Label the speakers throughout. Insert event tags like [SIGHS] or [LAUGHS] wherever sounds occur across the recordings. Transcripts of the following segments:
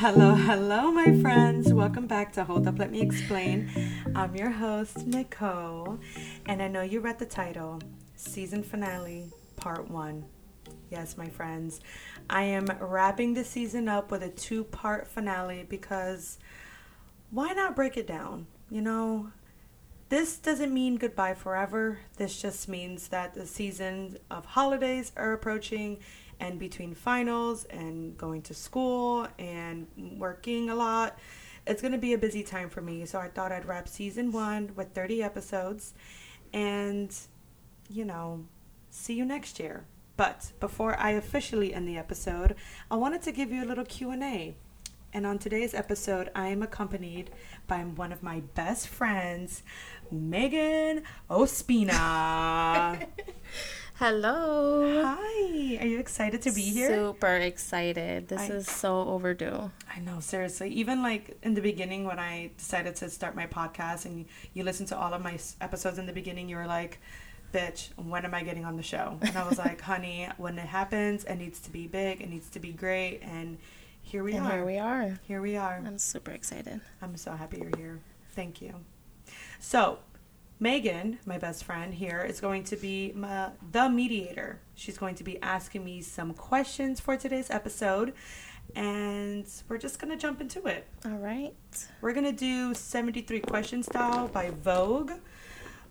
Speaker 1: Hello, my friends. Welcome back to Hold Up, Let Me Explain. I'm your host, Nicole, and I know you read the title Season Finale, Part 1. Yes, my friends, I am wrapping the season up with a two part finale because why not break it down? You know, this doesn't mean goodbye forever. This just means that the season of holidays are approaching, and between finals and going to school and working a lot, it's going to be a busy time for me. So I thought I'd wrap season one with 30 episodes and, you know, see you next year. But before I officially end the episode, I wanted to give you a little Q&A. And on today's episode, I am accompanied by one of my best friends, Megan
Speaker 2: [LAUGHS]
Speaker 1: Ospina.
Speaker 2: Hello.
Speaker 1: Hi, are you excited to be here?
Speaker 2: Super excited. This
Speaker 1: I-
Speaker 2: is so overdue.
Speaker 1: I know, seriously. Even like in the beginning, when I decided to start my podcast and you, you listened to all of my s- episodes in the beginning, you were like, bitch, when am I getting on the show? And I was
Speaker 2: [LAUGHS]
Speaker 1: like, honey, when it happens, it needs to be big, it needs to be great. And here we
Speaker 2: and
Speaker 1: are.
Speaker 2: here we are.
Speaker 1: Here we are.
Speaker 2: I'm super excited.
Speaker 1: I'm so happy you're here. Thank you. So, Megan, my best friend here, is going to be my, the mediator. She's going to be asking me some questions for today's episode, and we're just going to jump into it.
Speaker 2: All right.
Speaker 1: We're going to do 73 question style by Vogue.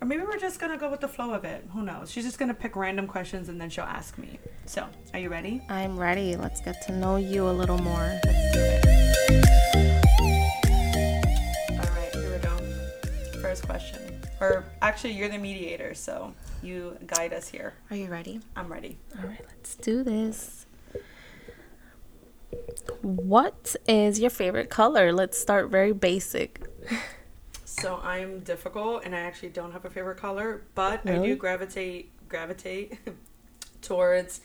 Speaker 1: Or maybe we're just gonna go with the flow of it. Who knows? She's just gonna pick random questions and then she'll ask me. So, are you ready?
Speaker 2: I'm ready. Let's get to know you a little more.
Speaker 1: All right, here we go. First question. Or actually, you're the mediator, so you guide us here.
Speaker 2: Are you ready?
Speaker 1: I'm ready.
Speaker 2: All right, let's do this. What is your favorite color? Let's start very basic.
Speaker 1: So I'm difficult, and I actually don't have a favorite color, but I do
Speaker 2: Really?
Speaker 1: gravitate gravitate [LAUGHS] towards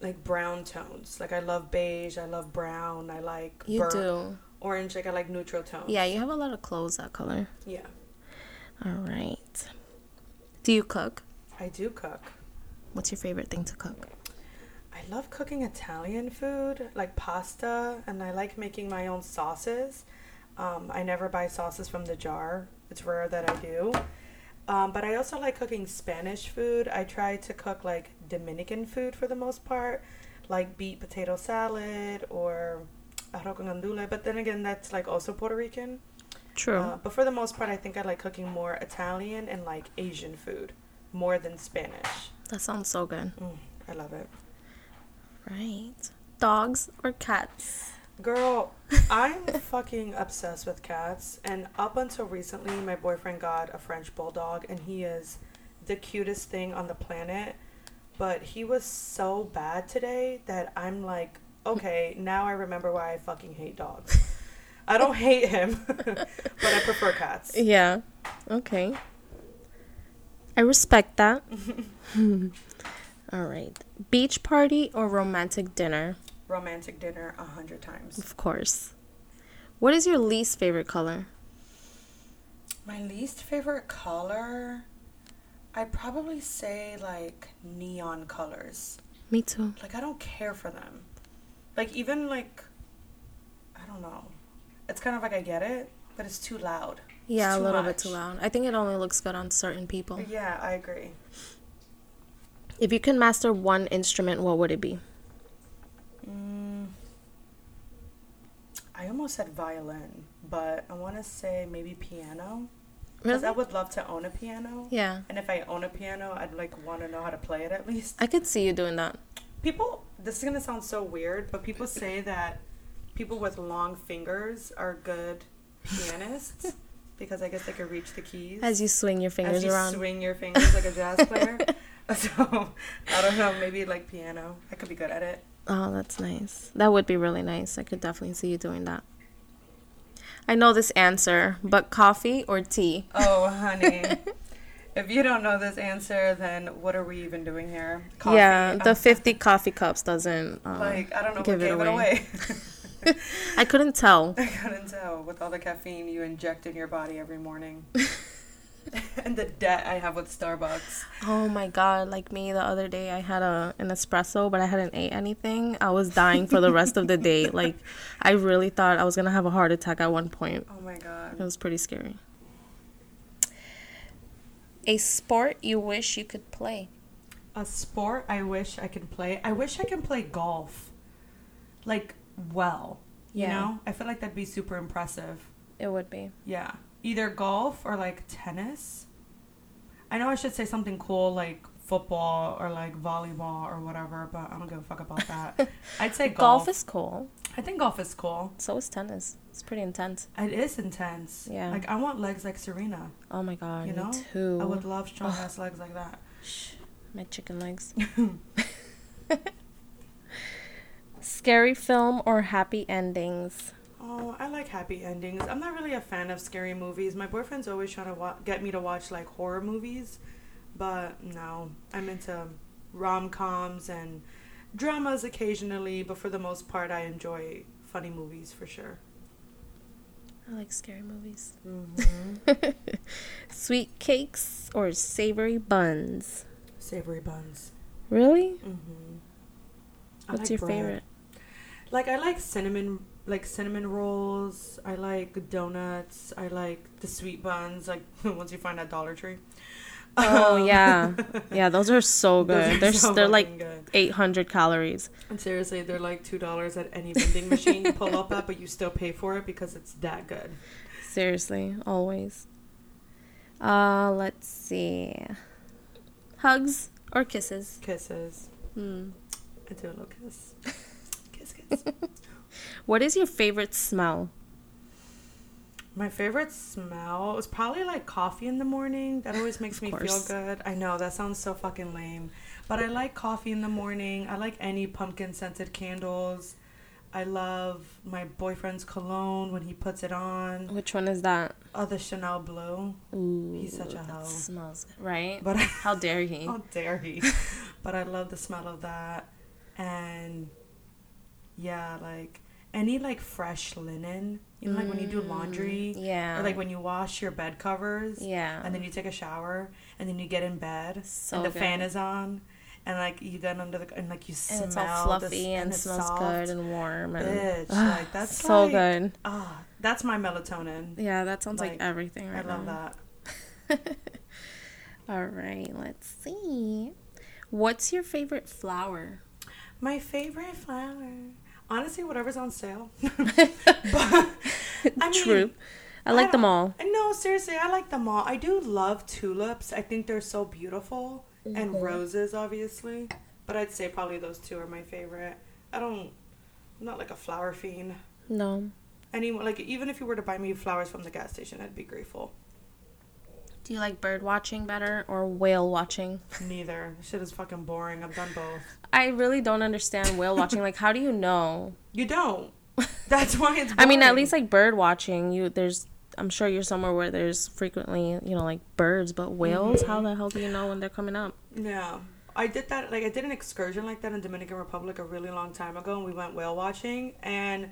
Speaker 1: like brown tones. Like I love beige, I love brown, I like
Speaker 2: You
Speaker 1: burnt
Speaker 2: do.
Speaker 1: orange. Like I like neutral tones.
Speaker 2: Yeah, you have a lot of clothes that color.
Speaker 1: yeah.
Speaker 2: All right. Do you cook?
Speaker 1: I do cook.
Speaker 2: What's your favorite thing to cook?
Speaker 1: I love cooking Italian food, like pasta, and I like making my own sauces. Um, I never buy sauces from the jar, it's rare that I do. Um, but I also like cooking Spanish food. I try to cook like Dominican food for the most part, like beet potato salad or arroz con andule. But then again, that's like also Puerto Rican.
Speaker 2: True.
Speaker 1: Uh, but for the most part, I think I like cooking more Italian and like Asian food more than Spanish.
Speaker 2: that sounds so good.
Speaker 1: Mm, I love it.
Speaker 2: Right. Dogs or cats?
Speaker 1: Girl, I'm fucking obsessed with cats. And up until recently, my boyfriend got a French bulldog, and he is the cutest thing on the planet. But he was so bad today that I'm like, okay, now I remember why I fucking hate dogs. I don't hate him, [LAUGHS] but I prefer cats.
Speaker 2: Yeah. Okay. I respect that.
Speaker 1: [LAUGHS]
Speaker 2: [LAUGHS] All right. Beach party or romantic dinner?
Speaker 1: Romantic dinner a hundred times.
Speaker 2: Of course. What is your least favorite color?
Speaker 1: My least favorite color, I'd probably say like neon colors.
Speaker 2: Me too.
Speaker 1: like I don't care for them. Like even like I don't know. It's kind of like I get it, but it's too loud.
Speaker 2: Yeah,
Speaker 1: It's
Speaker 2: a
Speaker 1: too
Speaker 2: little bit
Speaker 1: much.
Speaker 2: too loud. I think it only looks good on certain people.
Speaker 1: Yeah, I agree.
Speaker 2: If you could master one instrument, what would it be?
Speaker 1: Mm, I almost said violin, but I want to say maybe piano because I would love to own a piano.
Speaker 2: Yeah.
Speaker 1: And if I own a piano, I'd like want to know how to play it at least.
Speaker 2: I could see you doing that.
Speaker 1: People, this is gonna sound so weird, but people say that people with long fingers are good
Speaker 2: [LAUGHS]
Speaker 1: pianists because I guess they can reach the keys.
Speaker 2: As you swing your fingers
Speaker 1: As you
Speaker 2: around.
Speaker 1: swing your fingers like a jazz
Speaker 2: [LAUGHS]
Speaker 1: player. so I don't know, maybe like piano. I could be good at it.
Speaker 2: Oh, that's nice. That would be really nice. I could definitely see you doing that. I know this answer, but coffee or tea?
Speaker 1: Oh,
Speaker 2: [LAUGHS]
Speaker 1: honey. if you don't know this answer, then what are we even doing here?
Speaker 2: yeah, the
Speaker 1: I'm
Speaker 2: 50 coffee cups doesn't uh,
Speaker 1: Uh, like I don't know
Speaker 2: give
Speaker 1: what
Speaker 2: it
Speaker 1: gave
Speaker 2: away.
Speaker 1: it away.
Speaker 2: I couldn't tell. [LAUGHS]
Speaker 1: I couldn't tell with all the caffeine you inject in your body every morning. [LAUGHS] and the debt I have with Starbucks.
Speaker 2: Oh my god, like me the other day I had a an espresso but I hadn't ate anything. I was dying for the rest of the day. Like I really thought I was going to have a heart attack at one point.
Speaker 1: Oh my god.
Speaker 2: It was pretty scary. A sport you wish you could play.
Speaker 1: A sport I wish I could play. I wish I can play golf. Like well.
Speaker 2: Yeah.
Speaker 1: You know? I feel like that'd be super impressive.
Speaker 2: It would be.
Speaker 1: Yeah. Either golf or like tennis. I know I should say something cool like football or like volleyball or whatever, but I don't give a fuck about
Speaker 2: [LAUGHS]
Speaker 1: that. I'd say golf.
Speaker 2: Golf is cool.
Speaker 1: I think golf is cool.
Speaker 2: So is tennis. It's pretty intense.
Speaker 1: It is intense.
Speaker 2: Yeah.
Speaker 1: Like I want legs like Serena.
Speaker 2: Oh my god,
Speaker 1: You know?
Speaker 2: me too.
Speaker 1: I would love strong ass legs like that.
Speaker 2: My
Speaker 1: [LAUGHS]
Speaker 2: chicken legs. Scary film or happy endings?
Speaker 1: Oh, I like happy endings. I'm not really a fan of scary movies. My boyfriend's always trying to wa- get me to watch like horror movies, but no, I'm into rom coms and dramas occasionally. But for the most part, I enjoy funny movies for sure.
Speaker 2: I like scary movies. Mm-hmm. Sweet cakes or savory buns?
Speaker 1: [LAUGHS] Savory buns.
Speaker 2: Really?
Speaker 1: hmm
Speaker 2: What's your favorite?
Speaker 1: [LAUGHS] Like I like cinnamon, like cinnamon rolls. I like donuts. I like the sweet buns. Like [LAUGHS] once you find that Dollar Tree.
Speaker 2: Oh
Speaker 1: Um, [LAUGHS]
Speaker 2: yeah, yeah. Those are so
Speaker 1: those
Speaker 2: good.
Speaker 1: are
Speaker 2: They're
Speaker 1: so
Speaker 2: s- they're
Speaker 1: fucking
Speaker 2: like
Speaker 1: good.
Speaker 2: 800 calories.
Speaker 1: And seriously, they're like two dollars at any vending machine you pull up at, but you still pay for it because it's that good.
Speaker 2: Seriously, always. Uh, let's see. Hugs or kisses?
Speaker 1: Kisses.
Speaker 2: Hmm.
Speaker 1: I do a little
Speaker 2: [LAUGHS]
Speaker 1: kiss. Kiss, kiss.
Speaker 2: What is your favorite smell?
Speaker 1: My favorite smell is probably like coffee in the morning. That always makes me feel
Speaker 2: course.
Speaker 1: good. I know that sounds so fucking lame, but I like coffee in the morning. I like any pumpkin scented candles. I love my boyfriend's cologne when he puts it on.
Speaker 2: Which one is that?
Speaker 1: Oh, the Chanel Blue.
Speaker 2: Ooh,
Speaker 1: such a
Speaker 2: that
Speaker 1: hoe.
Speaker 2: Smells good, right?
Speaker 1: But Oh,
Speaker 2: How
Speaker 1: [LAUGHS]
Speaker 2: dare he?
Speaker 1: How dare
Speaker 2: [LAUGHS]
Speaker 1: he? but I love the smell of that. And yeah, like any like fresh linen, you know, like when you do laundry,
Speaker 2: Mm, Yeah.
Speaker 1: or like when you wash your bed covers,
Speaker 2: Yeah.
Speaker 1: and then you take a shower, and then you get in bed,
Speaker 2: So
Speaker 1: and the
Speaker 2: good.
Speaker 1: fan is on, and like you get under the and like you smell
Speaker 2: and it's all
Speaker 1: the s-
Speaker 2: fluffy and,
Speaker 1: it's
Speaker 2: smells
Speaker 1: soft.
Speaker 2: good and warm and
Speaker 1: Bitch,
Speaker 2: Ugh,
Speaker 1: like that's
Speaker 2: so
Speaker 1: like-
Speaker 2: good.
Speaker 1: Ah, that's my melatonin.
Speaker 2: Yeah, that sounds like,
Speaker 1: like,
Speaker 2: everything right
Speaker 1: I love
Speaker 2: now.
Speaker 1: that.
Speaker 2: All right, let's see. What's your favorite flower?
Speaker 1: My favorite flower. Honestly, whatever's on
Speaker 2: [LAUGHS]
Speaker 1: sale. [LAUGHS] I mean,
Speaker 2: True. I like them
Speaker 1: don't-
Speaker 2: all.
Speaker 1: No, seriously, I like them all. I do love tulips. I think they're so beautiful, and roses, obviously. But I'd say probably those two are my favorite. I don't. I'm not like a flower fiend.
Speaker 2: No.
Speaker 1: Anyone like even if you were to buy me flowers from the gas station, I'd be grateful.
Speaker 2: Do you like bird watching better or whale watching?
Speaker 1: Neither shit is fucking boring. I've done both.
Speaker 2: I really don't understand whale [LAUGHS] watching. Like, how do you know?
Speaker 1: You don't. [LAUGHS] That's why it's. Boring.
Speaker 2: I mean, at least like bird watching, you there's. I'm sure you're somewhere where there's frequently, you know, like birds, but whales. How
Speaker 1: Mm-hmm.
Speaker 2: the hell do you know when they're coming up?
Speaker 1: Yeah. I did that like I did an excursion like that in Dominican Republic a really long time ago and we went whale watching and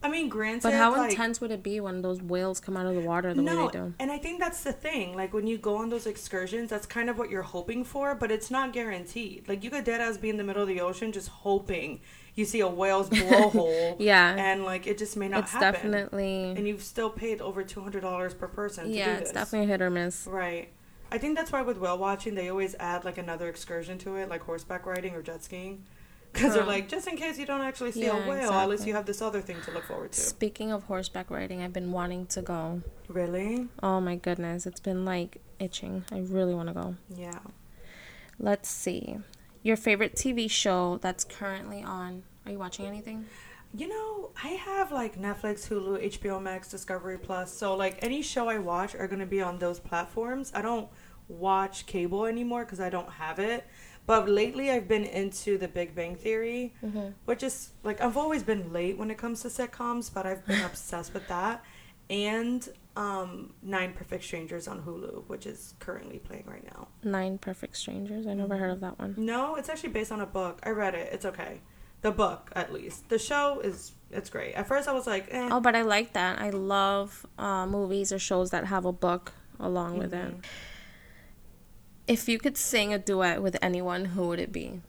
Speaker 1: I mean granted
Speaker 2: But how
Speaker 1: like,
Speaker 2: intense would it be when those whales come out of the water the way they do?
Speaker 1: and I think that's the thing. Like when you go on those excursions, that's kind of what you're hoping for, but it's not guaranteed. Like you could dead ass be in the middle of the ocean just hoping you see a
Speaker 2: [LAUGHS]
Speaker 1: whale's blowhole.
Speaker 2: Yeah.
Speaker 1: and like it just may not
Speaker 2: It's
Speaker 1: happen.
Speaker 2: definitely
Speaker 1: and you've still paid over two hundred dollars per person. to do
Speaker 2: yeah,
Speaker 1: this.
Speaker 2: it's definitely a hit or miss.
Speaker 1: Right. I think that's why with whale watching, they always add like another excursion to it, like horseback riding or jet skiing. Because they're
Speaker 2: Huh.
Speaker 1: like, just in case you don't actually see
Speaker 2: Yeah,
Speaker 1: a whale, at least
Speaker 2: exactly.
Speaker 1: you have this other thing to look forward to.
Speaker 2: Speaking of horseback riding, I've been wanting to go.
Speaker 1: Really?
Speaker 2: Oh my goodness, it's been like itching. I really want to go.
Speaker 1: Yeah.
Speaker 2: Let's see. Your favorite TV show that's currently on. Are you watching anything?
Speaker 1: You know, I have like Netflix, Hulu, HBO Max, Discovery Plus. So, like, any show I watch are going to be on those platforms. I don't watch cable anymore because I don't have it. But lately, I've been into The Big Bang Theory, which is like, I've always been late when it comes to sitcoms, but I've been obsessed with that. And um, Nine Perfect Strangers on Hulu, which is currently playing right now.
Speaker 2: Nine Perfect Strangers. I never heard
Speaker 1: Mm-hmm.
Speaker 2: of that one.
Speaker 1: No, it's actually based on a book. I read it. It's okay. The book, at least. The show is, it's great. At first, I was like, eh.
Speaker 2: Oh, but I like that. I love uh, movies or shows that have a book along with it. If you could sing a duet with anyone, who would it be?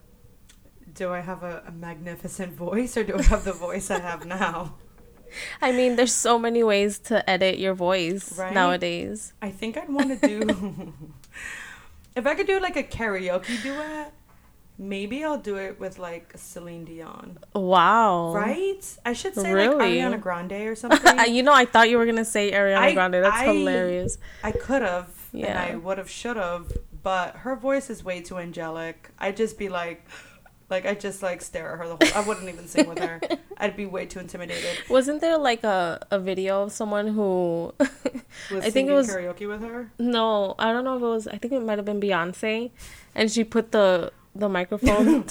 Speaker 1: Do I have a, a magnificent voice or do I have the voice I have now? [LAUGHS]
Speaker 2: I mean, there's so many ways to edit your voice
Speaker 1: Right?
Speaker 2: nowadays.
Speaker 1: I think I'd want to do. [LAUGHS] if I could do like a karaoke duet, maybe I'll do it with like Celine Dion.
Speaker 2: Wow. [LAUGHS]
Speaker 1: Right? I should say like
Speaker 2: Oh. Really?
Speaker 1: Ariana Grande or
Speaker 2: [LAUGHS]
Speaker 1: something.
Speaker 2: you know, I thought you were gonna say Ariana
Speaker 1: I-
Speaker 2: Grande. That's
Speaker 1: I-
Speaker 2: hilarious.
Speaker 1: I could have, and
Speaker 2: Yeah.
Speaker 1: I would have, should have, but her voice is way too angelic. I'd just be like, like I'd just like stare at her the whole. I wouldn't even sing with
Speaker 2: [LAUGHS]
Speaker 1: her. I'd be way too intimidated.
Speaker 2: Wasn't there like a, a video of someone who [LAUGHS]
Speaker 1: Was
Speaker 2: I think
Speaker 1: singing
Speaker 2: it was
Speaker 1: karaoke with her.
Speaker 2: no, I don't know if it was I think it might have been Beyonce and she put the the
Speaker 1: [LAUGHS]
Speaker 2: microphone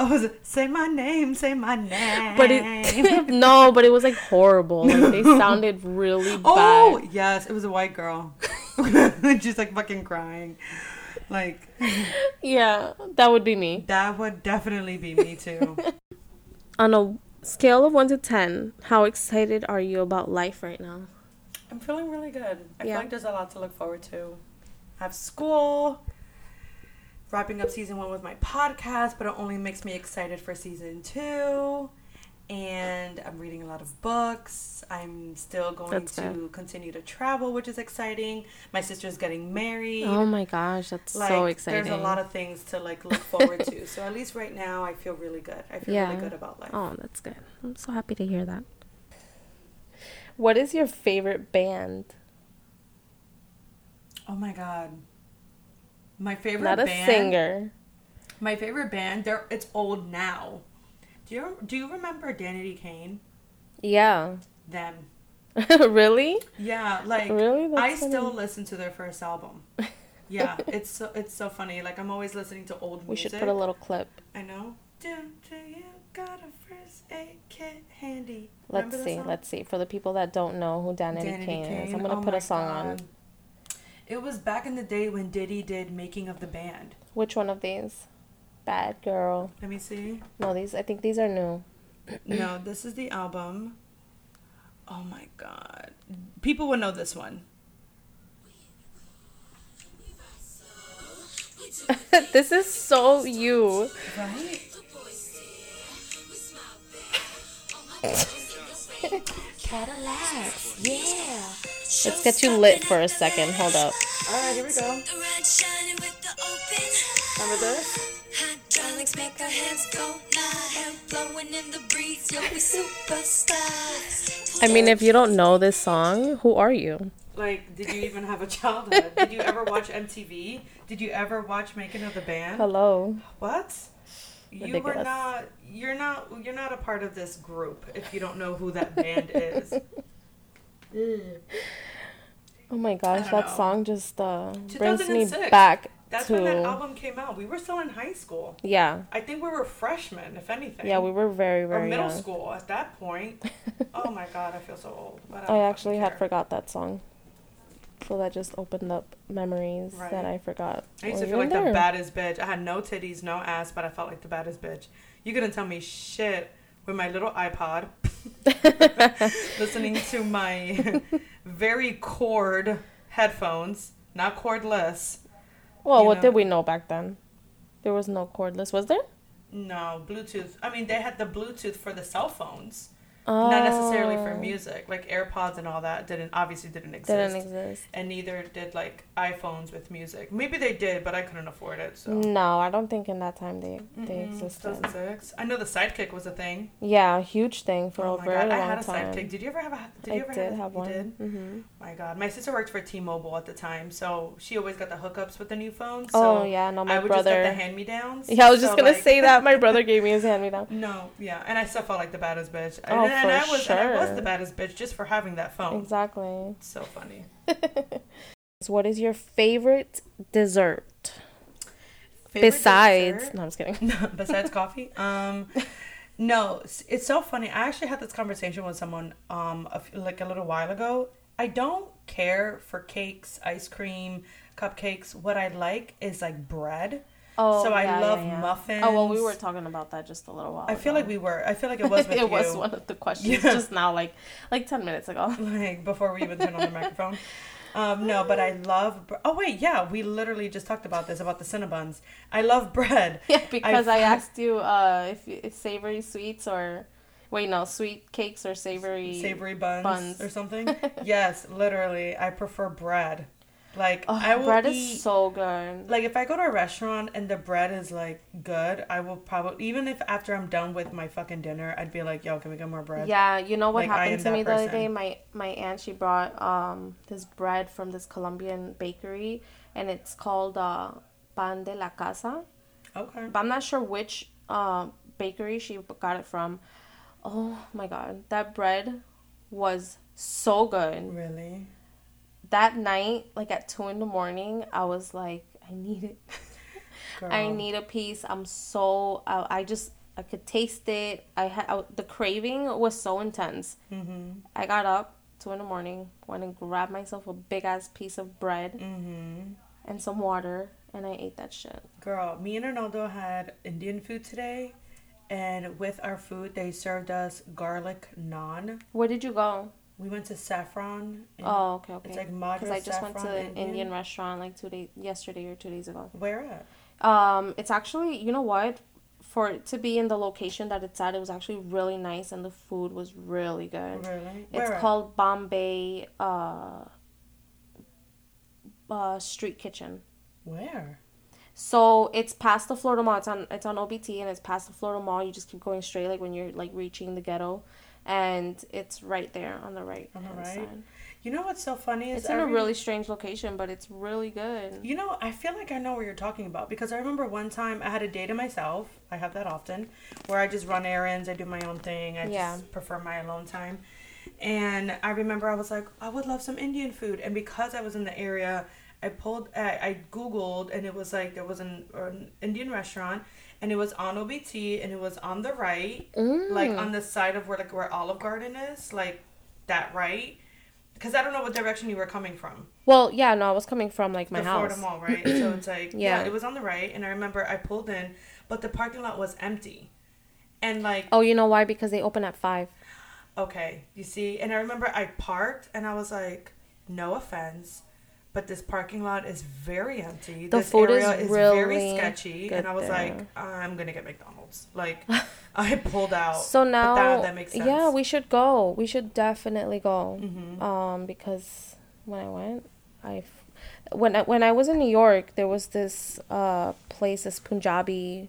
Speaker 1: Oh, was it, say my name, say my name.
Speaker 2: but it [LAUGHS] no, but it was like horrible. Like they sounded really
Speaker 1: [LAUGHS] Oh
Speaker 2: bad.
Speaker 1: yes, it was a white girl. [LAUGHS] She's like fucking crying. Like
Speaker 2: Yeah, that would be me.
Speaker 1: that would definitely be me too.
Speaker 2: On a scale of 1 to 10, how excited are you about life right now?
Speaker 1: [LAUGHS] I'm feeling really good. I feel
Speaker 2: Yeah.
Speaker 1: like there's a lot to look forward to. I have school. Wrapping up season one with my podcast, but it only makes me excited for season two. And I'm reading a lot of books. I'm still going
Speaker 2: That's
Speaker 1: to
Speaker 2: good.
Speaker 1: continue to travel, which is exciting. My sister's getting married.
Speaker 2: Oh my gosh, that's
Speaker 1: like
Speaker 2: so exciting.
Speaker 1: there's a lot of things to like look forward to so at least right now i feel really good i feel
Speaker 2: Yeah.
Speaker 1: really good about life
Speaker 2: Oh, that's good. I'm so happy to hear that. What is your favorite band?
Speaker 1: oh my god my favorite
Speaker 2: Not a
Speaker 1: band
Speaker 2: singer.
Speaker 1: my favorite band they're it's old now do you do you remember danity kane
Speaker 2: Yeah. [LAUGHS]
Speaker 1: them
Speaker 2: really?
Speaker 1: yeah like
Speaker 2: Really? That's
Speaker 1: i
Speaker 2: funny.
Speaker 1: still listen to their first album yeah it's so it's so funny like i'm always listening to old
Speaker 2: We
Speaker 1: music
Speaker 2: should put a little clip.
Speaker 1: i know do, do you got a first aid kit handy
Speaker 2: Let's
Speaker 1: Remember that
Speaker 2: see.
Speaker 1: song?
Speaker 2: Let's see. For the people that don't know who Danity,
Speaker 1: Danity
Speaker 2: Kane, is, I'm
Speaker 1: Kane.
Speaker 2: gonna
Speaker 1: Oh
Speaker 2: put
Speaker 1: my
Speaker 2: a song on.
Speaker 1: God. It was back in the day when Diddy did Making of the Band.
Speaker 2: Which one of these? Bad girl.
Speaker 1: Let me see.
Speaker 2: No, these. I think these are new.
Speaker 1: No,
Speaker 2: [CLEARS THROAT]
Speaker 1: this is the album. Oh my god. People would know this one.
Speaker 2: this is so you.
Speaker 1: Right? Cadillacs. Yeah.
Speaker 2: Let's get you lit for a second. Hold up.
Speaker 1: Alright, here we go. Remember this?
Speaker 3: Hydraulics make our hands go mad. Hair blowing in the breeze, yo, we superstars.
Speaker 2: I mean, if you don't know this song, who are you?
Speaker 1: Like, did you even have a childhood? did you ever watch MTV? Did you ever watch Making of the Band?
Speaker 2: Hello.
Speaker 1: What? You were
Speaker 2: Ridiculous.
Speaker 1: not. You're not. You're not a part of this group if you don't know who that band
Speaker 2: [LAUGHS]
Speaker 1: is.
Speaker 2: Oh my
Speaker 1: don't
Speaker 2: gosh, that
Speaker 1: know.
Speaker 2: song just uh, brings me
Speaker 1: 2006.
Speaker 2: back
Speaker 1: That's
Speaker 2: to
Speaker 1: when that album came out. We were still in high school.
Speaker 2: yeah,
Speaker 1: I think we were freshmen, if anything.
Speaker 2: yeah. We were very
Speaker 1: or
Speaker 2: very
Speaker 1: middle
Speaker 2: young.
Speaker 1: school at that
Speaker 2: [LAUGHS]
Speaker 1: point. oh my god, I feel so old. But
Speaker 2: I
Speaker 1: don't
Speaker 2: actually
Speaker 1: fucking
Speaker 2: had
Speaker 1: care.
Speaker 2: forgot that song, so that just opened up memories that
Speaker 1: Right.
Speaker 2: I forgot.
Speaker 1: I used to
Speaker 2: were
Speaker 1: feel like
Speaker 2: even
Speaker 1: the
Speaker 2: there.
Speaker 1: baddest bitch. I had no titties, no ass, but I felt like the baddest bitch. You couldn't tell me shit with my little iPod, [LAUGHS] listening to my [LAUGHS] very cord headphones, not cordless.
Speaker 2: Well,
Speaker 1: you
Speaker 2: what
Speaker 1: know.
Speaker 2: did we know back then? There was no cordless, was there?
Speaker 1: No, Bluetooth. I mean, they had the Bluetooth for the cell phones, not necessarily for
Speaker 2: Oh,
Speaker 1: music. Like AirPods and all that didn't obviously didn't exist.
Speaker 2: Didn't exist.
Speaker 1: and neither did like iPhones with music. Maybe they did, but I couldn't afford it. So
Speaker 2: No, I don't think in that time Mm, they they
Speaker 1: Mm,
Speaker 2: existed.
Speaker 1: 2006. I know the sidekick was a thing.
Speaker 2: Yeah, huge thing for
Speaker 1: oh
Speaker 2: a
Speaker 1: my
Speaker 2: very
Speaker 1: god, I
Speaker 2: long
Speaker 1: had a
Speaker 2: time.
Speaker 1: sidekick. Did you ever have a? Did
Speaker 2: I
Speaker 1: you ever
Speaker 2: did
Speaker 1: have,
Speaker 2: have
Speaker 1: you
Speaker 2: one.
Speaker 1: Did?
Speaker 2: hmm
Speaker 1: My god, my sister worked for T-Mobile at the time, so she always got the hookups with the new phones.
Speaker 2: oh
Speaker 1: So
Speaker 2: yeah, no, my
Speaker 1: I would
Speaker 2: brother.
Speaker 1: just get the hand-me-downs.
Speaker 2: [LAUGHS] Yeah, I was just
Speaker 1: So,
Speaker 2: gonna
Speaker 1: like-
Speaker 2: say that my brother gave me his
Speaker 1: [LAUGHS]
Speaker 2: hand me down.
Speaker 1: No, yeah, and I still felt like the baddest bitch.
Speaker 2: Oh,
Speaker 1: and, and
Speaker 2: for
Speaker 1: I was and I was
Speaker 2: sure.
Speaker 1: the baddest bitch just for having that phone.
Speaker 2: Exactly. [LAUGHS]
Speaker 1: It's so funny.
Speaker 2: So what is your favorite dessert
Speaker 1: Favorite
Speaker 2: besides?
Speaker 1: dessert?
Speaker 2: No, I'm just kidding.
Speaker 1: No, [LAUGHS] besides coffee um no s- it's so funny i actually had this conversation with someone um a f like a little while ago i don't care for cakes ice cream cupcakes what i like is like bread
Speaker 2: Oh,
Speaker 1: So I
Speaker 2: yeah, yeah,
Speaker 1: love
Speaker 2: yeah.
Speaker 1: muffins.
Speaker 2: Oh well, we were talking about that just a little while.
Speaker 1: i feel like
Speaker 2: ago.
Speaker 1: we were i feel like it
Speaker 2: [LAUGHS]
Speaker 1: was with
Speaker 2: it
Speaker 1: you
Speaker 2: was
Speaker 1: [LAUGHS]
Speaker 2: one of the questions
Speaker 1: Yeah.
Speaker 2: just now, like like ten minutes ago.
Speaker 1: like before we even turned on the microphone Um, no, but I love. Bre- oh wait, yeah, we literally just talked about this about the Cinnabons. I love bread.
Speaker 2: [LAUGHS] Yeah, because I, asked you uh, if, you- if savory sweets or wait, no, sweet cakes or savory.
Speaker 1: savory buns,
Speaker 2: buns.
Speaker 1: or
Speaker 2: [LAUGHS]
Speaker 1: something. yes, literally, I prefer bread. Like
Speaker 2: Oh,
Speaker 1: I will
Speaker 2: bread
Speaker 1: eat-
Speaker 2: is so good.
Speaker 1: like if I go to a restaurant and the bread is like good, I will probably even if after I'm done with my fucking dinner, I'd be like, "Yo, can we get more bread?"
Speaker 2: Yeah, you know what
Speaker 1: Like, I
Speaker 2: happened
Speaker 1: am
Speaker 2: to
Speaker 1: that
Speaker 2: me the other day?
Speaker 1: person.
Speaker 2: My my aunt she brought um this bread from this Colombian bakery, and it's called uh, pan de la casa.
Speaker 1: Okay.
Speaker 2: but I'm not sure which uh, bakery she got it from. Oh my god, that bread was so good.
Speaker 1: Really?
Speaker 2: That night, like at two in the morning, I was like, I need it. [LAUGHS] I
Speaker 1: Girl.
Speaker 2: need a piece. I'm so I, I just I could taste it. I had I, the craving was so intense.
Speaker 1: Mm-hmm.
Speaker 2: I got up two in the morning, went and grabbed myself a big ass piece of bread
Speaker 1: Mm-hmm.
Speaker 2: and some water, and I ate that shit.
Speaker 1: Girl, me and Arnaldo had Indian food today, and with our food, they served us garlic naan.
Speaker 2: Where did you go?
Speaker 1: We went to Saffron. in-
Speaker 2: Oh, okay, okay.
Speaker 1: It's like Madras.
Speaker 2: Because I just went to
Speaker 1: Saffron,
Speaker 2: an Indian, restaurant like two days yesterday or two days ago.
Speaker 1: Where at?
Speaker 2: Um, it's actually you know what, for it to be in the location that it's at, it was actually really nice and the food was really good.
Speaker 1: Really?
Speaker 2: It's
Speaker 1: Where at?
Speaker 2: called Bombay uh, uh, Street Kitchen.
Speaker 1: Where?
Speaker 2: So it's past the Florida Mall. It's on it's on OBT and it's past the Florida Mall. You just keep going straight like when you're like reaching the ghetto, and it's right there on the right
Speaker 1: On the
Speaker 2: hand
Speaker 1: right?
Speaker 2: side.
Speaker 1: You know what's so funny is
Speaker 2: It's in a
Speaker 1: every-
Speaker 2: really strange location, but it's really good.
Speaker 1: You know, I feel like I know what you're talking about because I remember one time I had a day to myself. I have that often, where I just run errands, I do my own thing. I
Speaker 2: Yeah.
Speaker 1: just prefer my alone time. And I remember I was like, I would love some Indian food. And because I was in the area, I pulled, I, I Googled, and it was like there was an, an Indian restaurant, and it was on OBT, and it was on the right, like on the side of where like where Olive Garden is, like that right. Because I don't know what direction you were coming from
Speaker 2: Well, yeah, no, I was coming from like my
Speaker 1: the Florida
Speaker 2: house.
Speaker 1: Mall, right? so it's
Speaker 2: [CLEARS THROAT]
Speaker 1: like yeah.
Speaker 2: Yeah.
Speaker 1: it was on the right, and I remember I pulled in, but the parking lot was empty, and like
Speaker 2: Oh, you know why? Because they open at five.
Speaker 1: okay, you see, and I remember I parked, and I was like, no offense. But this parking lot is very empty.
Speaker 2: The
Speaker 1: this
Speaker 2: food is
Speaker 1: area is, very
Speaker 2: really
Speaker 1: sketchy,
Speaker 2: good
Speaker 1: and I was
Speaker 2: there.
Speaker 1: like, "I'm gonna get McDonald's."
Speaker 2: [LAUGHS]
Speaker 1: Like, [LAUGHS] I pulled out.
Speaker 2: So
Speaker 1: but
Speaker 2: now,
Speaker 1: that, that makes sense. Mm-hmm.
Speaker 2: yeah, we should go. We should definitely go. Um, because when I went, I f- when I, when I was in New York, there was this uh place, this Punjabi.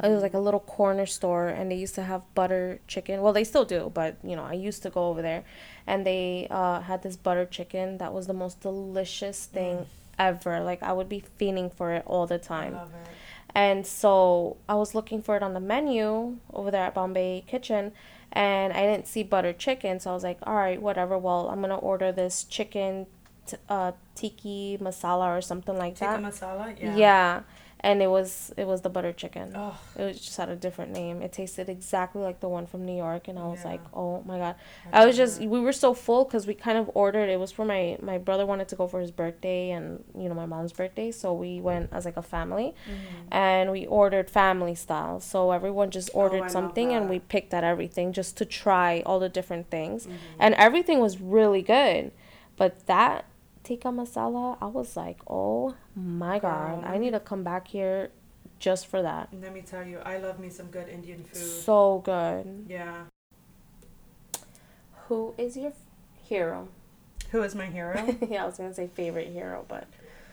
Speaker 2: It was like a
Speaker 1: Mm-hmm.
Speaker 2: little corner store, and they used to have butter chicken. Well, they still do, but you know, I used to go over there, and they uh, had this butter chicken that was the most delicious thing ever. Like I would be fiending for it all the time.
Speaker 1: Mm. Love it.
Speaker 2: And so I was looking for it on the menu over there at Bombay Kitchen and I didn't see butter chicken. So I was like, all right, whatever. Well, I'm going to order this chicken t- uh, tiki masala or something like
Speaker 1: Tikka
Speaker 2: that.
Speaker 1: masala,
Speaker 2: Yeah.
Speaker 1: yeah. Oh,
Speaker 2: And it was it was the butter chicken.
Speaker 1: Ugh.
Speaker 2: It was just had a different name. It tasted exactly like the one from New York, and I was
Speaker 1: Yeah.
Speaker 2: like, "Oh my god!" I was just we were so full because we kind of ordered. It was for my my brother wanted to go for his birthday and you know my mom's birthday, so we went as like a family,
Speaker 1: Mm-hmm.
Speaker 2: and we ordered family style. So everyone just
Speaker 1: Oh, I
Speaker 2: ordered
Speaker 1: love
Speaker 2: something, and
Speaker 1: that. Mm-hmm.
Speaker 2: we picked at everything just to try all the different things, and everything was really good, but that. Tikka masala, I was like, oh my god, I need to come back here just for that.
Speaker 1: And let me tell you, I love me some good Indian food.
Speaker 2: So good.
Speaker 1: Yeah.
Speaker 2: Who is your f- hero? [LAUGHS]
Speaker 1: Who is my hero?
Speaker 2: yeah, I was gonna say favorite hero, but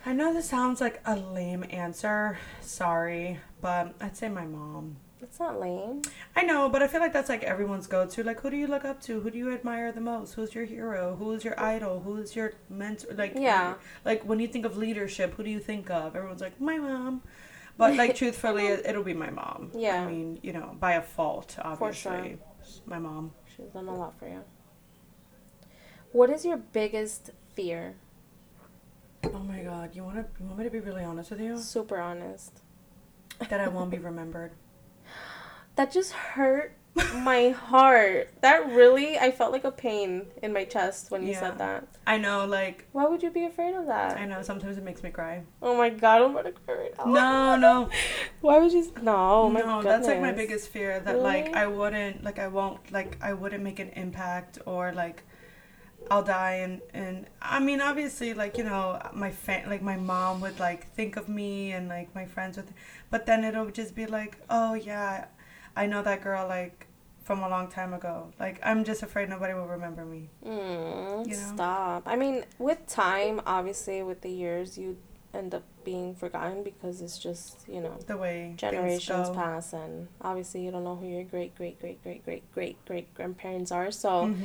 Speaker 1: I know this sounds like a lame answer. Sorry, but I'd say my mom.
Speaker 2: it's not lame.
Speaker 1: I know, but I feel like that's like everyone's go to. Like, who do you look up to? Who do you admire the most? Who's your hero? Who's your idol? Who's your mentor? Like,
Speaker 2: Yeah.
Speaker 1: Like, when you think of leadership, who do you think of? Everyone's like, my mom. But,
Speaker 2: [LAUGHS]
Speaker 1: like, truthfully, it- it'll be my mom.
Speaker 2: Yeah.
Speaker 1: I mean, you know, by a fault,
Speaker 2: For
Speaker 1: obviously.
Speaker 2: sure.
Speaker 1: My mom.
Speaker 2: She's done a lot for you. What is your biggest fear?
Speaker 1: Oh my God. You, wanna, you want me to be really honest with
Speaker 2: [LAUGHS]
Speaker 1: you?
Speaker 2: Super honest.
Speaker 1: That I won't be remembered.
Speaker 2: That
Speaker 1: [LAUGHS]
Speaker 2: just hurt my heart. That really, I felt like a pain in my chest when you
Speaker 1: Yeah.
Speaker 2: said that.
Speaker 1: I know, like,
Speaker 2: Why would you be afraid of that?
Speaker 1: I know sometimes it makes me cry.
Speaker 2: Oh my god, I'm gonna cry right now.
Speaker 1: No, no.
Speaker 2: Why would you? s- No, oh my
Speaker 1: no,
Speaker 2: goodness.
Speaker 1: that's like my biggest fear that like
Speaker 2: Really?
Speaker 1: I wouldn't like I won't like I wouldn't make an impact or like I'll die and and I mean obviously like you know my fan like my mom would like think of me and like my friends would, but then it'll just be like oh yeah, I know that girl like from a long time ago. Like I'm just afraid nobody will remember me.
Speaker 2: Mm,
Speaker 1: You know?
Speaker 2: Stop. I mean, with time, obviously, with the years, you end up being forgotten because it's just, you know,
Speaker 1: The way things
Speaker 2: generations
Speaker 1: go.
Speaker 2: pass, and obviously, you don't know who your great, great, great, great, great, great, great grandparents are. So
Speaker 1: Mhm.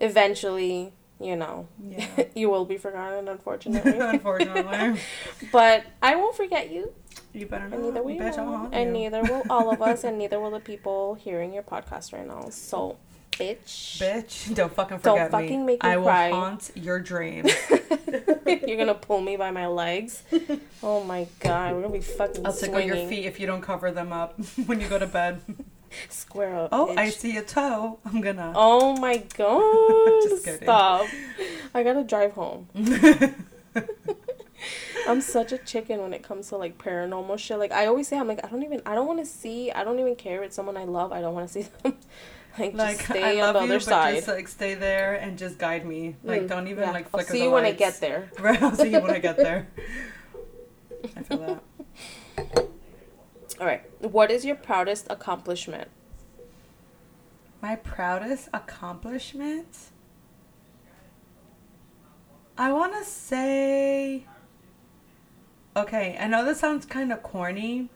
Speaker 2: eventually, you know, [LAUGHS]
Speaker 1: Yeah.
Speaker 2: you will be forgotten, unfortunately.
Speaker 1: [LAUGHS] Unfortunately,
Speaker 2: [LAUGHS] but I won't forget you,
Speaker 1: Oh, you better not.
Speaker 2: and neither will you,
Speaker 1: Bitch, I'll
Speaker 2: Mom,
Speaker 1: haunt
Speaker 2: and
Speaker 1: you.
Speaker 2: neither will all of
Speaker 1: [LAUGHS]
Speaker 2: us, and neither will the people hearing your podcast right now. So, bitch.
Speaker 1: Bitch, [LAUGHS] don't fucking
Speaker 2: Don't
Speaker 1: forget me.
Speaker 2: fucking make me
Speaker 1: I will
Speaker 2: cry.
Speaker 1: haunt your
Speaker 2: [LAUGHS]
Speaker 1: dreams.
Speaker 2: You're gonna pull me by my
Speaker 1: [LAUGHS]
Speaker 2: legs. Oh my god, we're gonna be fucking
Speaker 1: I'll tickle
Speaker 2: swinging.
Speaker 1: your feet if you don't cover them up [LAUGHS] when you go to
Speaker 2: [LAUGHS]
Speaker 1: bed.
Speaker 2: Square up.
Speaker 1: Oh, I
Speaker 2: bitch.
Speaker 1: see a toe. I'm gonna. [LAUGHS]
Speaker 2: Oh my god.
Speaker 1: Just kidding. [LAUGHS]
Speaker 2: Stop. I gotta drive home. I'm such a chicken when it comes to like paranormal shit. Like I always say, I'm like I don't even I don't want to see. I don't even care if it's someone I love. I don't want to see [LAUGHS] them. like, just
Speaker 1: like I
Speaker 2: stay
Speaker 1: love
Speaker 2: on the
Speaker 1: you,
Speaker 2: other
Speaker 1: but
Speaker 2: side.
Speaker 1: just like stay there and just guide me. Like
Speaker 2: Mm,
Speaker 1: don't even
Speaker 2: yeah.
Speaker 1: like
Speaker 2: I'll
Speaker 1: flicker
Speaker 2: see
Speaker 1: the
Speaker 2: you when I
Speaker 1: lights.
Speaker 2: get there.
Speaker 1: [LAUGHS] Right, I'll see you when I
Speaker 2: [LAUGHS]
Speaker 1: get there. I feel that.
Speaker 2: All right. What is your proudest accomplishment?
Speaker 1: My proudest accomplishment? I want to say. Okay, I know this sounds kind of corny,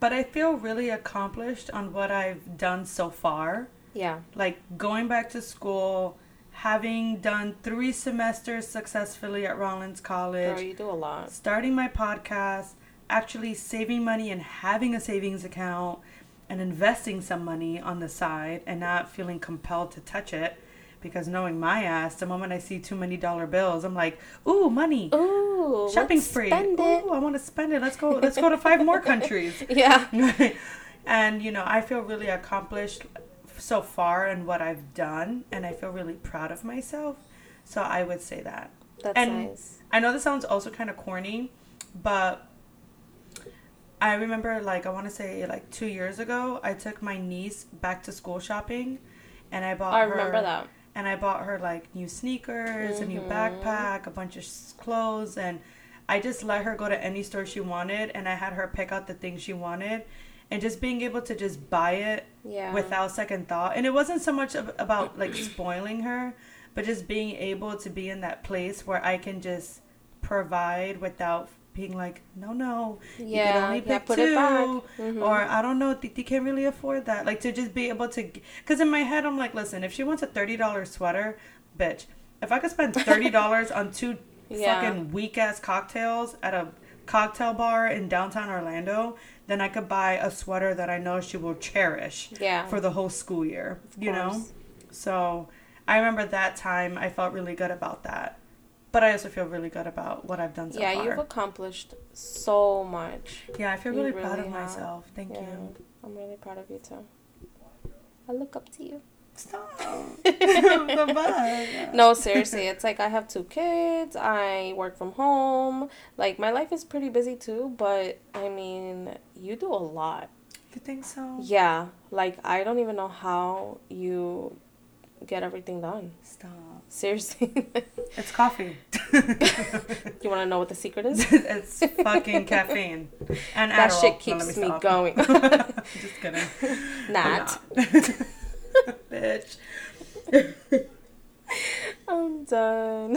Speaker 1: but I feel really accomplished on what I've done so far.
Speaker 2: Yeah.
Speaker 1: Like going back to school, having done three semesters successfully at Rollins College,
Speaker 2: Girl, you do a lot.
Speaker 1: starting my podcast, actually saving money and having a savings account, and investing some money on the side and not feeling compelled to touch it. Because knowing my ass, the moment I see too many dollar bills, I'm like, ooh, money,
Speaker 2: Ooh.
Speaker 1: shopping
Speaker 2: let's
Speaker 1: spree.
Speaker 2: Spend it.
Speaker 1: Ooh, I want to spend it. Let's go. Let's go to five more countries.
Speaker 2: [LAUGHS] Yeah.
Speaker 1: and you know, I feel really accomplished so far in what I've done, and I feel really proud of myself. So I would say that.
Speaker 2: That's
Speaker 1: And-
Speaker 2: nice.
Speaker 1: I know this sounds also kind of corny, but I remember like I want to say like 2 years ago, I took my niece back to school shopping and I bought
Speaker 2: I
Speaker 1: her
Speaker 2: remember that.
Speaker 1: and I bought her like new sneakers, a
Speaker 2: Mm-hmm.
Speaker 1: new backpack, a bunch of s- clothes, and I just let her go to any store she wanted, and I had her pick out the things she wanted, and just being able to just buy it
Speaker 2: Yeah.
Speaker 1: without second thought. And it wasn't so much ab- about like spoiling her, but just being able to be in that place where I can just provide without being like, no, no, you can
Speaker 2: Yeah,
Speaker 1: only
Speaker 2: yeah,
Speaker 1: pick
Speaker 2: put
Speaker 1: two,
Speaker 2: it back.
Speaker 1: or
Speaker 2: Mm-hmm.
Speaker 1: I don't know, Titi can't really afford that. Like to just be able to, because in my head I'm like, listen, if she wants a thirty dollars sweater, bitch, if I could spend
Speaker 2: [LAUGHS]
Speaker 1: thirty dollars on two
Speaker 2: Yeah.
Speaker 1: fucking weak ass cocktails at a cocktail bar in downtown Orlando, then I could buy a sweater that I know she will cherish
Speaker 2: Yeah.
Speaker 1: for the whole school year. You know,
Speaker 2: course.
Speaker 1: so I remember that time I felt really good about that. But I also feel really good about what I've done so
Speaker 2: yeah,
Speaker 1: far.
Speaker 2: you've accomplished so much.
Speaker 1: Yeah, I feel
Speaker 2: You
Speaker 1: really, proud
Speaker 2: really
Speaker 1: of
Speaker 2: have.
Speaker 1: myself. Thank
Speaker 2: yeah,
Speaker 1: you.
Speaker 2: I'm really proud of you too. I look up to you.
Speaker 1: Stop. [LAUGHS] the bug.
Speaker 2: No,
Speaker 1: [LAUGHS]
Speaker 2: seriously, it's like I have two kids. I work from home. Like my life is pretty busy too, but I mean, you do a lot.
Speaker 1: You think so?
Speaker 2: Yeah, like I don't even know how you get everything done.
Speaker 1: Stop.
Speaker 2: Seriously. [LAUGHS]
Speaker 1: It's coffee. [LAUGHS]
Speaker 2: you want to know what the secret is?
Speaker 1: it's fucking caffeine. And
Speaker 2: That
Speaker 1: Adderall. No,
Speaker 2: shit
Speaker 1: let
Speaker 2: keeps
Speaker 1: me,
Speaker 2: me
Speaker 1: stop.
Speaker 2: going.
Speaker 1: Just
Speaker 2: [LAUGHS]
Speaker 1: kidding. [LAUGHS] I'm
Speaker 2: Not.
Speaker 1: not. [LAUGHS] Bitch.
Speaker 2: I'm done.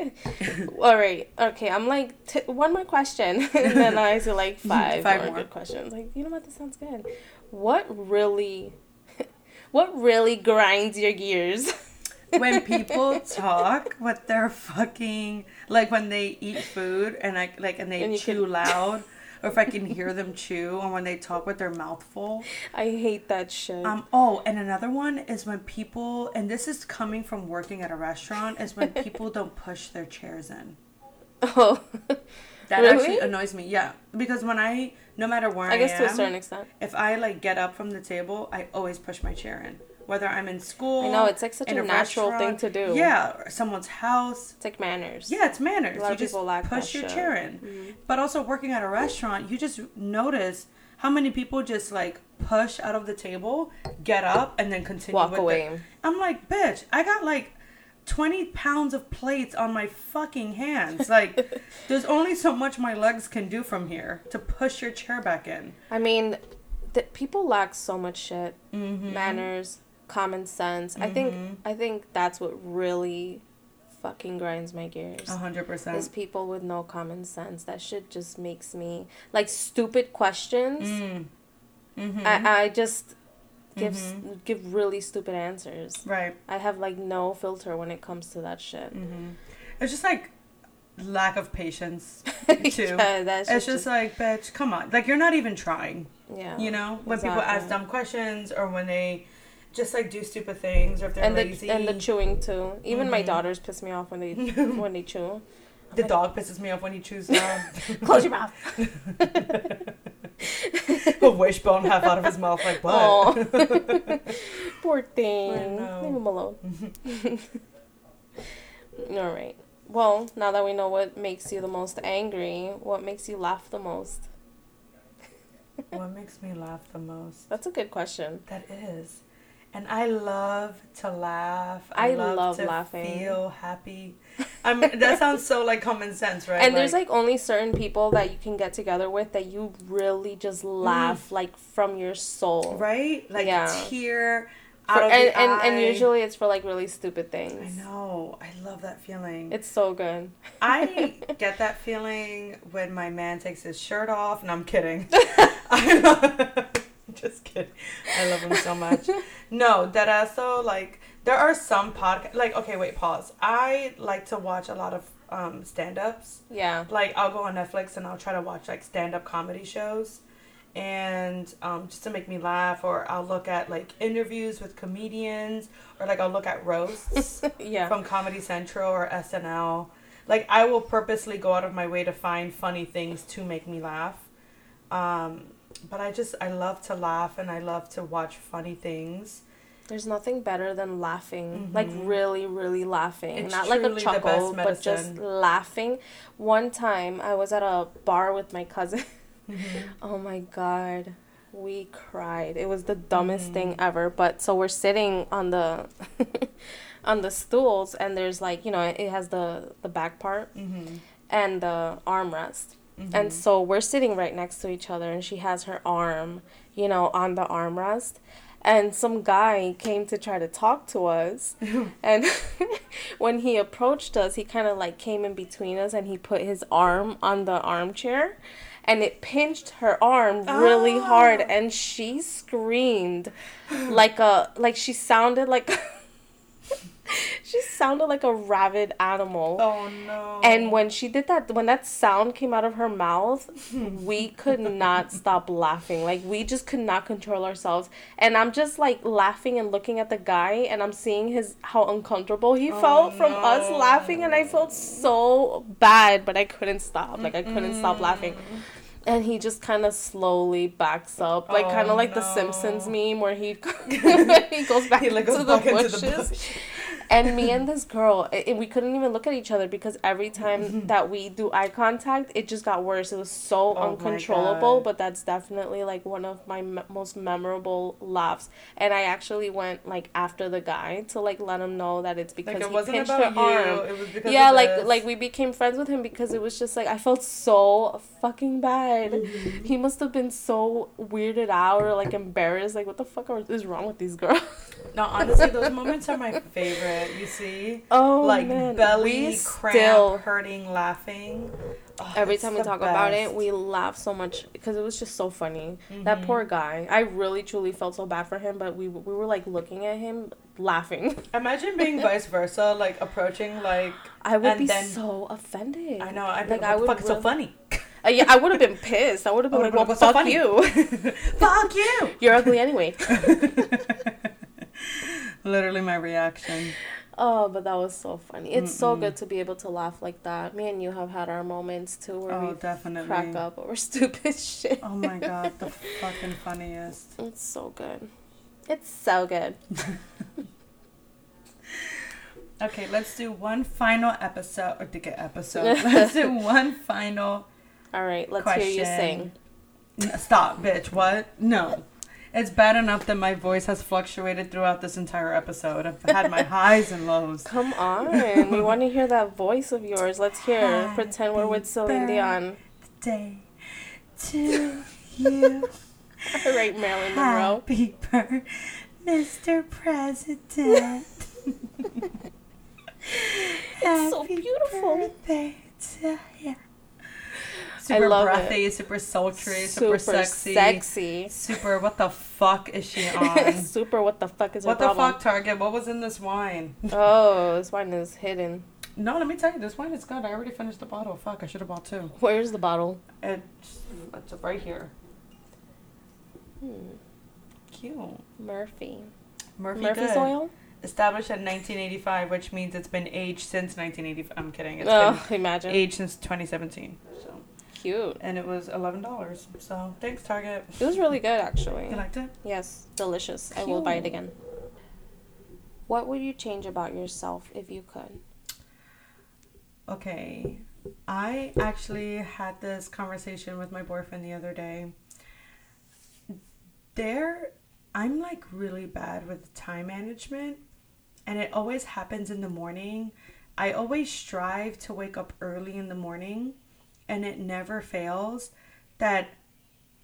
Speaker 2: [LAUGHS] All right. Okay. I'm like t- one more question, [LAUGHS] and then I do like five,
Speaker 1: Five
Speaker 2: more
Speaker 1: more.
Speaker 2: good questions. Like you know what? This sounds good. What really, [LAUGHS] what really grinds your gears? [LAUGHS]
Speaker 1: When people talk with their fucking like when they eat food and I like and they
Speaker 2: And you
Speaker 1: chew
Speaker 2: [LAUGHS] could-
Speaker 1: loud, or if I can hear them chew, or when they talk with their mouth full.
Speaker 2: I hate that shit.
Speaker 1: Um, oh, and another one is when people, and this is coming from working at a restaurant, is when people don't push their chairs in.
Speaker 2: [LAUGHS] oh,
Speaker 1: That
Speaker 2: Really?
Speaker 1: actually annoys me. Yeah, because when I, no matter where I,
Speaker 2: I guess
Speaker 1: am,
Speaker 2: to a certain extent.
Speaker 1: if I like get up from the table, I always push my chair in. Whether I'm in school,
Speaker 2: I know, it's, like, such
Speaker 1: in
Speaker 2: a natural
Speaker 1: restaurant,
Speaker 2: thing to do.
Speaker 1: Yeah, or someone's house.
Speaker 2: It's like manners.
Speaker 1: Yeah, it's manners.
Speaker 2: A lot
Speaker 1: you
Speaker 2: of
Speaker 1: just
Speaker 2: people lack
Speaker 1: push
Speaker 2: that
Speaker 1: your
Speaker 2: shit. Mm-hmm.
Speaker 1: chair in. But also working at a restaurant, you just notice how many people just like push out of the table, get up, and then continue.
Speaker 2: Walk
Speaker 1: with
Speaker 2: away.
Speaker 1: It. I'm like, bitch, I got like 20 pounds of plates on my fucking
Speaker 2: [LAUGHS]
Speaker 1: hands. Like, there's only so much my legs can do from here to push your chair back in.
Speaker 2: I mean, th- people lack so much shit. Manners, common sense. I think I think that's what really fucking grinds my gears.
Speaker 1: 100%.
Speaker 2: Is people with no common sense. That shit just makes me like stupid questions.
Speaker 1: Mm, Mm-hmm.
Speaker 2: I, I just give s give really stupid answers.
Speaker 1: Right. Mm-hmm.
Speaker 2: I have like no filter when it comes to that shit.
Speaker 1: It's just like lack of patience, Mm,
Speaker 2: [LAUGHS]
Speaker 1: too.
Speaker 2: Yeah, that
Speaker 1: it's
Speaker 2: shit
Speaker 1: just, like, bitch, come on. Like, you're not even trying.
Speaker 2: yeah.
Speaker 1: You know, when people
Speaker 2: exactly.
Speaker 1: ask dumb questions or when they just like do stupid things or if they're
Speaker 2: and
Speaker 1: lazy.
Speaker 2: the and the chewing too. Even my
Speaker 1: Mm-hmm.
Speaker 2: daughters piss me off when
Speaker 1: [LAUGHS]
Speaker 2: they when they chew.
Speaker 1: The dog pisses me off when he chews the [LAUGHS]
Speaker 2: Close your mouth.
Speaker 1: a wishbone half out of his mouth. Like, what? [LAUGHS]
Speaker 2: Aw. Poor
Speaker 1: I
Speaker 2: thing.
Speaker 1: know.
Speaker 2: Leave him alone. [LAUGHS] All right. Well, now that we know what makes you the most angry, what makes you laugh the most?
Speaker 1: What makes me laugh the most?
Speaker 2: That's a good question.
Speaker 1: That is. And I love to laugh.
Speaker 2: I love laughing.
Speaker 1: Feel happy. I mean, that sounds so like common sense, right?
Speaker 2: And there's like only certain people that you can get together with that you really just laugh like from your soul.
Speaker 1: Mm. right, like
Speaker 2: Yeah.
Speaker 1: tear out
Speaker 2: For-
Speaker 1: of
Speaker 2: and,
Speaker 1: the
Speaker 2: and and
Speaker 1: eye.
Speaker 2: usually it's for like really stupid things.
Speaker 1: I know. I love that feeling.
Speaker 2: It's so good.
Speaker 1: I get that feeling when my man takes his shirt off, and I'm kidding. [LAUGHS] I love, just kidding. I love him so much. No, that also like there are some podcast like okay wait pause. I like to watch a lot of um, stand ups.
Speaker 2: Yeah.
Speaker 1: [LAUGHS] Like I'll go on Netflix and I'll try to watch like stand up comedy shows, and um, just to make me laugh. Or I'll look at like interviews with comedians, or like I'll look at roasts
Speaker 2: Yeah.
Speaker 1: from Comedy Central or SNL. Like I will purposely go out of my way to find funny things to make me laugh. Um, but I just I love to laugh and I love to watch funny things.
Speaker 2: There's nothing better than laughing, like really, really laughing.
Speaker 1: Mm-hmm. It's
Speaker 2: Not like
Speaker 1: truly
Speaker 2: a
Speaker 1: the
Speaker 2: chuckle,
Speaker 1: best
Speaker 2: but just
Speaker 1: medicine.
Speaker 2: laughing. One time I was at a bar with my cousin.
Speaker 1: Mm-hmm.
Speaker 2: [LAUGHS] oh my God. We cried. It was the dumbest thing
Speaker 1: Mm-hmm.
Speaker 2: ever. But so we're sitting on the [LAUGHS] on the stools and there's like, you know, it it has the the back
Speaker 1: Mm-hmm.
Speaker 2: part and the armrest. And so we're sitting right next to each other, and she has her arm, you know, on the armrest. And some guy came to try to talk to us. and [LAUGHS] when he approached us, he kind of like came in between us and he put his arm on the armchair. And it pinched her arm really hard, and she screamed like a like she sounded like [LAUGHS] she sounded like a rabid animal.
Speaker 1: Oh no.
Speaker 2: And when she did that, when that sound came out of
Speaker 1: [LAUGHS]
Speaker 2: her mouth, we could not stop laughing. Like we just could not control ourselves. And I'm just like laughing and looking at the guy, and I'm seeing his how uncomfortable he
Speaker 1: Oh,
Speaker 2: felt from us laughing, and I felt so bad, but I couldn't stop. Like I couldn't stop laughing. And he just kind of slowly backs up, like
Speaker 1: Oh,
Speaker 2: kind of like the
Speaker 1: no.
Speaker 2: Simpsons meme
Speaker 1: [LAUGHS]
Speaker 2: where he [LAUGHS] he goes back,
Speaker 1: He, like, goes
Speaker 2: into, the
Speaker 1: back into the
Speaker 2: bushes
Speaker 1: bush.
Speaker 2: and me and this girl a- and we couldn't even look at each other because every
Speaker 1: Mm-hmm.
Speaker 2: time that we do eye contact it just got worse it was so
Speaker 1: Oh my
Speaker 2: uncontrollable
Speaker 1: God.
Speaker 2: but that's definitely like one of my me- most memorable laughs and i actually went like after the guy to like let him know that it's because
Speaker 1: like it
Speaker 2: he
Speaker 1: wasn't
Speaker 2: pinched
Speaker 1: about
Speaker 2: her
Speaker 1: you.
Speaker 2: arm
Speaker 1: It was because
Speaker 2: yeah
Speaker 1: of
Speaker 2: like
Speaker 1: this.
Speaker 2: like we became friends with him because it was just like i felt so fucking bad
Speaker 1: Mm-hmm.
Speaker 2: he must have been so weirded out or like embarrassed like what the fuck are, is wrong with these girls [LAUGHS]
Speaker 1: no honestly those moments are my favorite. You see.
Speaker 2: oh
Speaker 1: like
Speaker 2: man.
Speaker 1: belly
Speaker 2: We
Speaker 1: cramp,
Speaker 2: still-
Speaker 1: hurting, laughing. Oh,
Speaker 2: Every
Speaker 1: it's
Speaker 2: time we
Speaker 1: the
Speaker 2: talk about it,
Speaker 1: best. Mm-hmm.
Speaker 2: we laugh so much because it was just so funny. That poor guy. I really truly felt so bad for him, but we we were like looking at him
Speaker 1: [LAUGHS]
Speaker 2: laughing.
Speaker 1: Mm-hmm. imagine
Speaker 2: [LAUGHS]
Speaker 1: being vice versa, like approaching like
Speaker 2: I would
Speaker 1: And
Speaker 2: be
Speaker 1: then-
Speaker 2: so offended.
Speaker 1: I know I
Speaker 2: Like,
Speaker 1: like
Speaker 2: I
Speaker 1: I
Speaker 2: would
Speaker 1: fuck it's so
Speaker 2: really- [LAUGHS]
Speaker 1: funny.
Speaker 2: Uh, yeah, I would have been pissed. I would have been
Speaker 1: I
Speaker 2: like, "Well,
Speaker 1: would've
Speaker 2: fuck
Speaker 1: been like, "What's
Speaker 2: you. [LAUGHS]
Speaker 1: Fuck you.
Speaker 2: You're ugly anyway."
Speaker 1: [LAUGHS] Literally my reaction.
Speaker 2: Oh, but that was so funny. It's so good to be able to laugh like that. Me and you have had our moments too where
Speaker 1: Oh,
Speaker 2: we
Speaker 1: definitely.
Speaker 2: crack up over [LAUGHS] stupid shit.
Speaker 1: Oh my god, the fucking funniest.
Speaker 2: It's so good. It's so good.
Speaker 1: Okay, let's do one final episode or ticket
Speaker 2: [LAUGHS]
Speaker 1: episode. Let's do one final
Speaker 2: All right, let's hear you
Speaker 1: Question.
Speaker 2: sing.
Speaker 1: N- Stop, bitch. What? No. It's bad enough that my voice has fluctuated throughout this entire episode. I've had
Speaker 2: [LAUGHS]
Speaker 1: my highs and lows.
Speaker 2: Come on, we want to hear that voice of yours. Let's hear. Pretend we're with Celine Dion.
Speaker 1: Day to you.
Speaker 2: All [LAUGHS] right, Marilyn Monroe.
Speaker 1: Happy birthday, Mr. President.
Speaker 2: It's so beautiful.
Speaker 1: Birthday to you.
Speaker 2: [LAUGHS] I
Speaker 1: Super
Speaker 2: love
Speaker 1: breathy, super sultry, super, sexy.
Speaker 2: sexy.
Speaker 1: Super, what the fuck is [LAUGHS] she on?
Speaker 2: [LAUGHS] Super. What the fuck is
Speaker 1: what
Speaker 2: her
Speaker 1: the
Speaker 2: problem?
Speaker 1: fuck, Target? What was in this wine? [LAUGHS]
Speaker 2: Oh, this wine is hidden.
Speaker 1: No, let me tell you, this wine is good. I already finished the bottle. Fuck, I should have bought two.
Speaker 2: Where's the bottle?
Speaker 1: It's, it's right here. Cute.
Speaker 2: Hmm, Murphy.
Speaker 1: Murphy
Speaker 2: Murphy's
Speaker 1: good.
Speaker 2: oil.
Speaker 1: Established in 1985, which means it's been aged since 1985. I'm kidding. It's
Speaker 2: Oh,
Speaker 1: been
Speaker 2: imagine.
Speaker 1: aged since 2017. So,
Speaker 2: Cute.
Speaker 1: and it was $11. So, thanks, Target.
Speaker 2: It was really good,
Speaker 1: You
Speaker 2: actually.
Speaker 1: liked it?
Speaker 2: Yes, delicious. I will buy it
Speaker 1: Cute.
Speaker 2: again. What would you change about yourself if you could?
Speaker 1: Okay. I actually had this conversation with my boyfriend the other day. There, I'm like really bad with time management, and it always happens in the morning. I always strive to wake up early in the morning, and it never fails that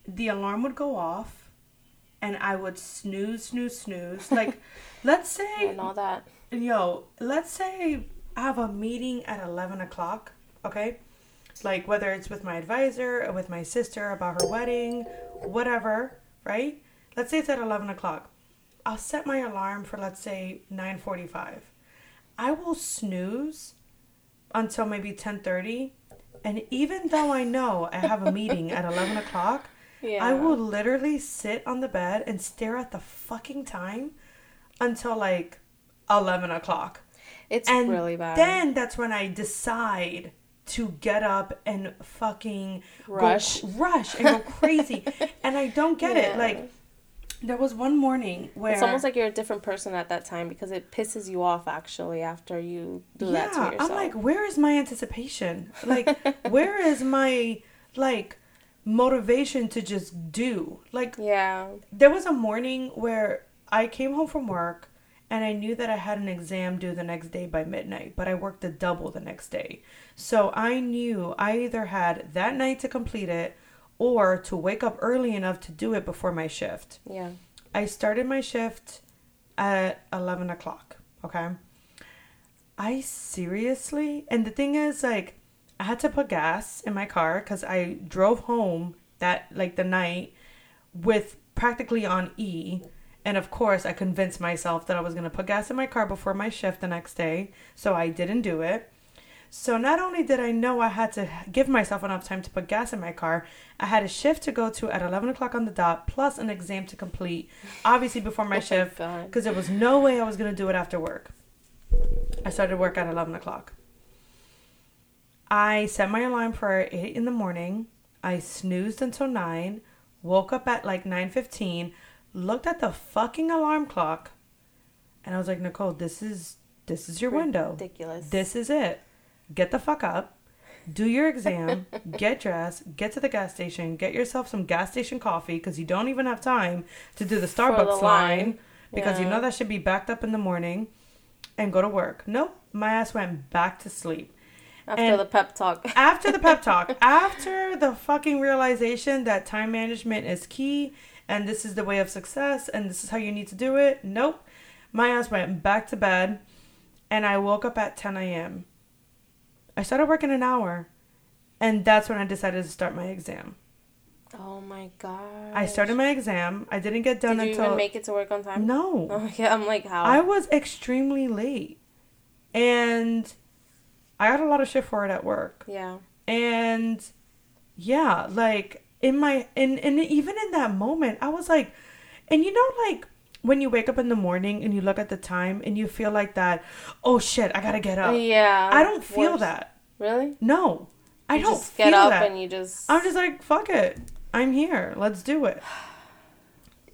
Speaker 1: the alarm would go off and I would snooze, snooze, snooze. Like, let's say
Speaker 2: And all that.
Speaker 1: yo, let's say I have a meeting at 11 o'clock, okay? Like, whether it's with my advisor or with my sister about her wedding, whatever, right? Let's say it's at 11 o'clock. I'll set my alarm for, let's say, 9.45. I will snooze until maybe 10.30. And even though I know I have a meeting at 11 o'clock,
Speaker 2: Yeah.
Speaker 1: I will literally sit on the bed and stare at the fucking time until like 11 o'clock.
Speaker 2: It's
Speaker 1: And
Speaker 2: really bad.
Speaker 1: then that's when I decide to get up and fucking go
Speaker 2: Rush.
Speaker 1: cr- rush and go
Speaker 2: [LAUGHS]
Speaker 1: crazy. and I don't get
Speaker 2: Yeah.
Speaker 1: it. Like, there was one morning where.
Speaker 2: it's almost like you're a different person at that time because it pisses you off actually after you do that to yourself.
Speaker 1: I'm like, where is my anticipation?
Speaker 2: [LAUGHS]
Speaker 1: Like, where is my, like, motivation to just do? Like,
Speaker 2: yeah.
Speaker 1: there was a morning where I came home from work and I knew that I had an exam due the next day by midnight, but I worked a double the next day. So I knew I either had that night to complete it or to wake up early enough to do it before my shift.
Speaker 2: Yeah.
Speaker 1: I started my shift at 11 o'clock. Okay. I seriously, and the thing is, like, I had to put gas in my car because I drove home that, like, the night with practically on E. And of course, I convinced myself that I was going to put gas in my car before my shift the next day. So I didn't do it. So not only did I know I had to give myself enough time to put gas in my car, I had a shift to go to at 11 o'clock on the dot, plus an exam to complete, obviously before my
Speaker 2: Oh my
Speaker 1: shift,
Speaker 2: God.
Speaker 1: because there was no way I was going to do it after work. I started work at 11 o'clock. I set my alarm for 8 in the morning. I snoozed until 9, woke up at like 9.15, looked at the fucking alarm clock, and I was like, Nicole, this is, this is your window.
Speaker 2: Ridiculous.
Speaker 1: This is it. Get the fuck up. Do your
Speaker 2: [LAUGHS]
Speaker 1: exam, get dressed, get to the gas station, get yourself some gas station coffee because you don't even have time to do the Starbucks line,
Speaker 2: line.
Speaker 1: because you
Speaker 2: Yeah.
Speaker 1: know that should be backed up in the morning and go to work. Nope, my ass went back to sleep.
Speaker 2: After
Speaker 1: and-
Speaker 2: the pep talk. [LAUGHS]
Speaker 1: After the pep talk, after the fucking realization that time management is key and this is the way of success and this is how you need to do it, nope, my ass went back to bed and I woke up at 10 a.m. I started working an hour, and that's when I decided to start my exam.
Speaker 2: Oh my god.
Speaker 1: I started my exam. I didn't get done
Speaker 2: Did you
Speaker 1: until
Speaker 2: even make it to work on time?
Speaker 1: no.
Speaker 2: [LAUGHS] Oh, yeah, I'm like how?
Speaker 1: I was extremely late, and I got a lot of shit for it at work.
Speaker 2: yeah.
Speaker 1: And yeah, like in my and and even in that moment, I was like, and you know, like when you wake up in the morning and you look at the time and you feel like that, oh shit, I gotta get up.
Speaker 2: Yeah.
Speaker 1: I don't feel
Speaker 2: worse.
Speaker 1: that.
Speaker 2: Really?
Speaker 1: No, I
Speaker 2: you
Speaker 1: don't
Speaker 2: just get
Speaker 1: feel
Speaker 2: up
Speaker 1: that.
Speaker 2: and you just
Speaker 1: I'm just like, fuck it. I'm here. Let's do
Speaker 2: [SIGHS]
Speaker 1: it.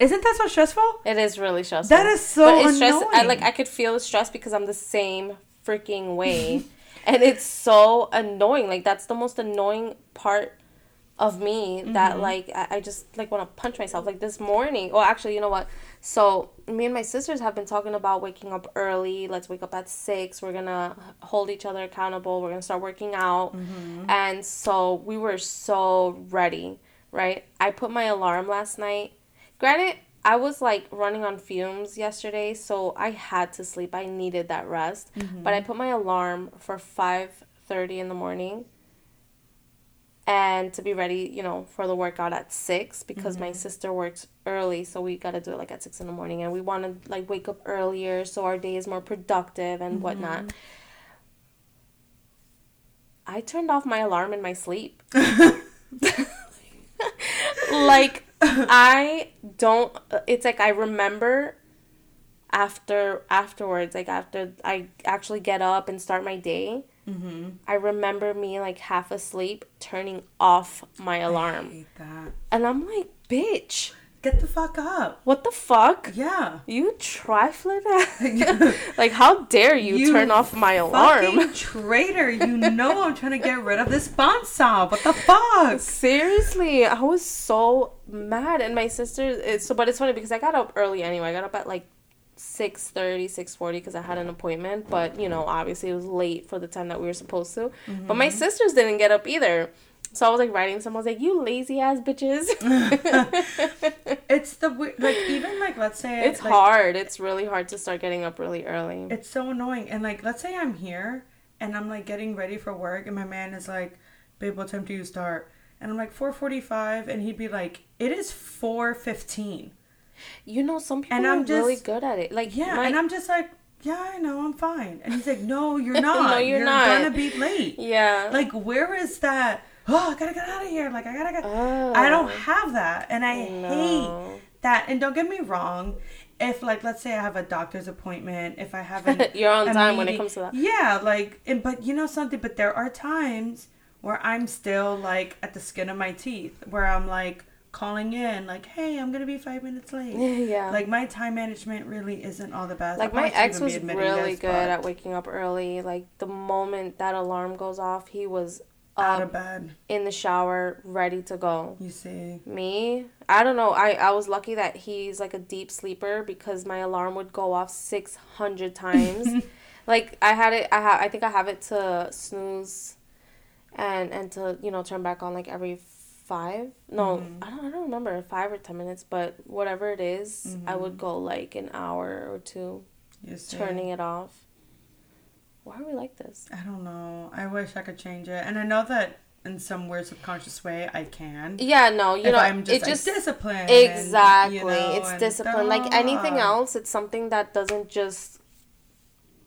Speaker 1: Isn't that so [LAUGHS] stressful?
Speaker 2: It is really stressful.
Speaker 1: That is so
Speaker 2: stress I like
Speaker 1: annoying.
Speaker 2: I could feel the stress because I'm the same [LAUGHS] freaking way. and it's so annoying. Like that's the most annoying part of me
Speaker 1: Mm-hmm.
Speaker 2: that like I, I just like want to punch myself. Like this morning. Oh, actually, you know what? So me and my sisters have been talking about waking up early. Let's wake up at six. We're gonna hold each other accountable. We're gonna start working out.
Speaker 1: Mm-hmm.
Speaker 2: And so we were so ready, right? I put my alarm last night. Granted, I was like running on fumes yesterday, so I had to sleep. I needed that rest. But I put my alarm for five thirty in the morning and to be ready, you know, for the workout at six because my sister works early, so we gotta do it like at six in the morning, and we want to like wake up earlier so our day is more productive and whatnot. I turned off my alarm in my sleep.
Speaker 1: Mm-hmm.
Speaker 2: [LAUGHS] like I don't. It's like I remember after afterwards, like after I actually get up and start my day. I remember me like half asleep, turning off my
Speaker 1: I
Speaker 2: alarm,
Speaker 1: hate that.
Speaker 2: and I'm like, "Bitch,
Speaker 1: Get the fuck up.
Speaker 2: what the fuck?
Speaker 1: Yeah.
Speaker 2: You trifling
Speaker 1: [LAUGHS]
Speaker 2: ass! [LAUGHS] like, how dare you,
Speaker 1: You
Speaker 2: turn off my alarm? [LAUGHS]
Speaker 1: Fucking traitor. You know I'm trying to get rid of this sponsor. What the fuck?
Speaker 2: Seriously, I was so mad, and my sister. It's, so, but it's funny because I got up early anyway. I got up at like 6.30 6.40 because i had an appointment but you know obviously it was late for the time that we were supposed to but
Speaker 1: Mm-hmm.
Speaker 2: my sisters didn't get up either so i was like writing someone was like you lazy ass
Speaker 1: [LAUGHS]
Speaker 2: bitches
Speaker 1: It's the weird, like, even like, let's say
Speaker 2: it's
Speaker 1: like,
Speaker 2: hard it's really hard to start getting up really early
Speaker 1: It's so annoying. And like, let's say I'm here and I'm like getting ready for work, and my man is like, "Babe, what time do you start?" And I'm like, "4:45," and he'd be like, "It is 4:15."
Speaker 2: you know some people
Speaker 1: And
Speaker 2: are
Speaker 1: I'm just-
Speaker 2: really good at it like
Speaker 1: Yeah,
Speaker 2: my-
Speaker 1: and I'm just like, "Yeah, I know, I'm fine." And he's like, "No, you're not.
Speaker 2: [LAUGHS] No, you're not.
Speaker 1: gonna be late."
Speaker 2: yeah
Speaker 1: Like, where is that? Oh, I gotta get out of here. Like, I gotta get.
Speaker 2: Oh.
Speaker 1: I don't have that, and I
Speaker 2: No.
Speaker 1: hate that. And don't get me wrong. If like let's say I have a doctor's appointment, if I have an,
Speaker 2: [LAUGHS] You're on
Speaker 1: a
Speaker 2: time when it comes to that.
Speaker 1: Yeah, like and, but you know something. But there are times where I'm still like at the skin of my teeth, where I'm like calling in, like, hey, I'm gonna be five minutes late.
Speaker 2: [LAUGHS] Yeah.
Speaker 1: Like my time management really isn't all the best.
Speaker 2: Like
Speaker 1: I
Speaker 2: my
Speaker 1: probably
Speaker 2: ex was
Speaker 1: shouldn't even be admitting
Speaker 2: really
Speaker 1: this,
Speaker 2: good
Speaker 1: but
Speaker 2: at waking up early. Like the moment that alarm goes off, he was
Speaker 1: out
Speaker 2: up
Speaker 1: of bed.
Speaker 2: in the shower, ready to go.
Speaker 1: You see.
Speaker 2: Me, I don't know. I I was lucky that he's like a deep sleeper because my alarm would go off six
Speaker 1: [LAUGHS]
Speaker 2: hundred times. like I had it. I have. I think I have it to snooze, and and to you know turn back on like every five. No,
Speaker 1: Mm-hmm.
Speaker 2: I don't. I don't remember five or ten minutes, but whatever it is, I would
Speaker 1: Mm-hmm.
Speaker 2: go like an hour or two
Speaker 1: You see.
Speaker 2: turning it off. Why are we like this?
Speaker 1: I don't know. I wish I could change it, and I know that in some weird subconscious way I can.
Speaker 2: Yeah, no, you
Speaker 1: if
Speaker 2: know,
Speaker 1: I'm just,
Speaker 2: it just
Speaker 1: like, disciplined. and, you
Speaker 2: exactly.
Speaker 1: know,
Speaker 2: it's
Speaker 1: and
Speaker 2: discipline. Like
Speaker 1: da.
Speaker 2: anything else, it's something that doesn't just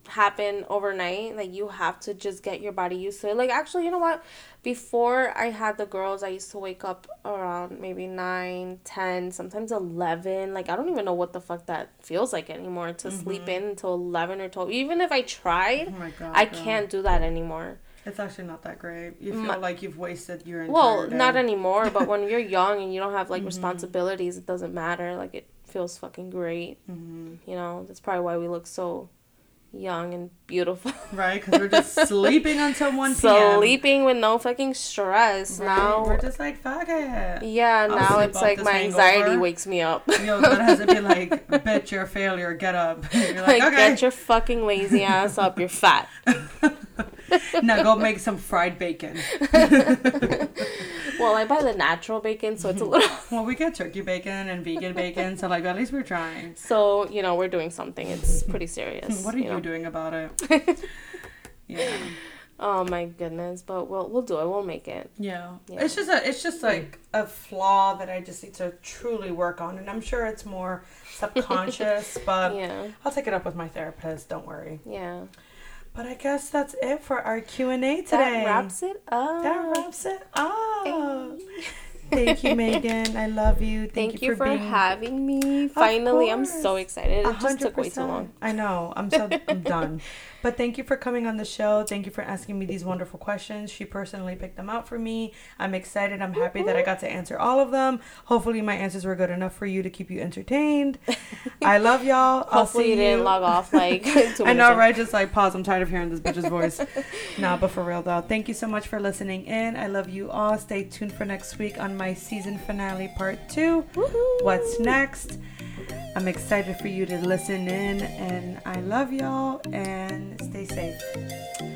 Speaker 2: happen overnight. Like you have to just get your body used to it. Like actually, you know what? Before I had the girls, I used to wake up around maybe 9, 10, sometimes 11. Like I don't even know what the fuck that feels like anymore to sleep in until 11 or 12. Even if I tried,
Speaker 1: Mm-hmm. Oh my God,
Speaker 2: I
Speaker 1: girl.
Speaker 2: can't do that anymore.
Speaker 1: It's actually not that great. You feel
Speaker 2: My-
Speaker 1: like you've wasted your entire
Speaker 2: Well,
Speaker 1: day.
Speaker 2: not anymore, but when
Speaker 1: [LAUGHS]
Speaker 2: you're young and you don't have
Speaker 1: Mm-hmm.
Speaker 2: like responsibilities, it doesn't matter. Like it feels fucking great.
Speaker 1: Mm-hmm.
Speaker 2: You know, that's probably why we look so young and beautiful.
Speaker 1: right? Because we're just
Speaker 2: [LAUGHS]
Speaker 1: sleeping until one p.m.
Speaker 2: Sleeping with no fucking stress
Speaker 1: Right?
Speaker 2: now.
Speaker 1: we're just like fuck
Speaker 2: [LAUGHS]
Speaker 1: it.
Speaker 2: Yeah,
Speaker 1: I'll
Speaker 2: now
Speaker 1: sleep
Speaker 2: it's
Speaker 1: off
Speaker 2: like
Speaker 1: this
Speaker 2: my anxiety
Speaker 1: hangover.
Speaker 2: wakes me up.
Speaker 1: Yo, God has to be like, bitch, you're a failure. Get up. [LAUGHS] You're like,
Speaker 2: [LAUGHS] like,
Speaker 1: okay,
Speaker 2: get your fucking lazy ass up. You're fat.
Speaker 1: now go make some fried bacon.
Speaker 2: Well, I buy the natural bacon, so it's
Speaker 1: [LAUGHS]
Speaker 2: a little.
Speaker 1: Well, we get turkey bacon and vegan bacon, so like at least we're trying.
Speaker 2: So you know, we're doing something. It's pretty serious.
Speaker 1: What are
Speaker 2: you
Speaker 1: you
Speaker 2: know?
Speaker 1: doing about it?
Speaker 2: [LAUGHS]
Speaker 1: yeah.
Speaker 2: Oh my goodness! But we'll we'll do it. We'll make it.
Speaker 1: Yeah.
Speaker 2: Yeah.
Speaker 1: It's just a it's just like a flaw that I just need to truly work on and I'm sure it's more
Speaker 2: [LAUGHS]
Speaker 1: subconscious, but
Speaker 2: Yeah.
Speaker 1: I'll take it up with my therapist, don't worry.
Speaker 2: Yeah.
Speaker 1: But I guess that's it for our Q&A today.
Speaker 2: That wraps it up.
Speaker 1: That wraps it up.
Speaker 2: Hey.
Speaker 1: Thank you, Megan. I love you. Thank,
Speaker 2: Thank, you for,
Speaker 1: being
Speaker 2: having me. Finally, I'm so
Speaker 1: course.
Speaker 2: excited.
Speaker 1: A
Speaker 2: It just took way too
Speaker 1: 100%.
Speaker 2: long.
Speaker 1: I know. I'm
Speaker 2: [LAUGHS]
Speaker 1: so I'm done. But thank you for coming on the show. Thank you for asking me these wonderful questions. She personally picked them out for me. I'm excited. I'm happy that I got to answer all of them. Hopefully my answers were good enough for you to keep you entertained. I love y'all. I'll
Speaker 2: Hopefully,
Speaker 1: see
Speaker 2: you didn't
Speaker 1: you.
Speaker 2: log [LAUGHS] off like two
Speaker 1: I know,
Speaker 2: minutes in.
Speaker 1: right? Just like pause. I'm tired of hearing this bitch's voice.
Speaker 2: [LAUGHS]
Speaker 1: nah, but for real though, thank you so much for listening in. I love you all. Stay tuned for next week on my season finale part two.
Speaker 2: Woohoo.
Speaker 1: What's next? I'm excited for you to listen in, and I love y'all. And stay safe.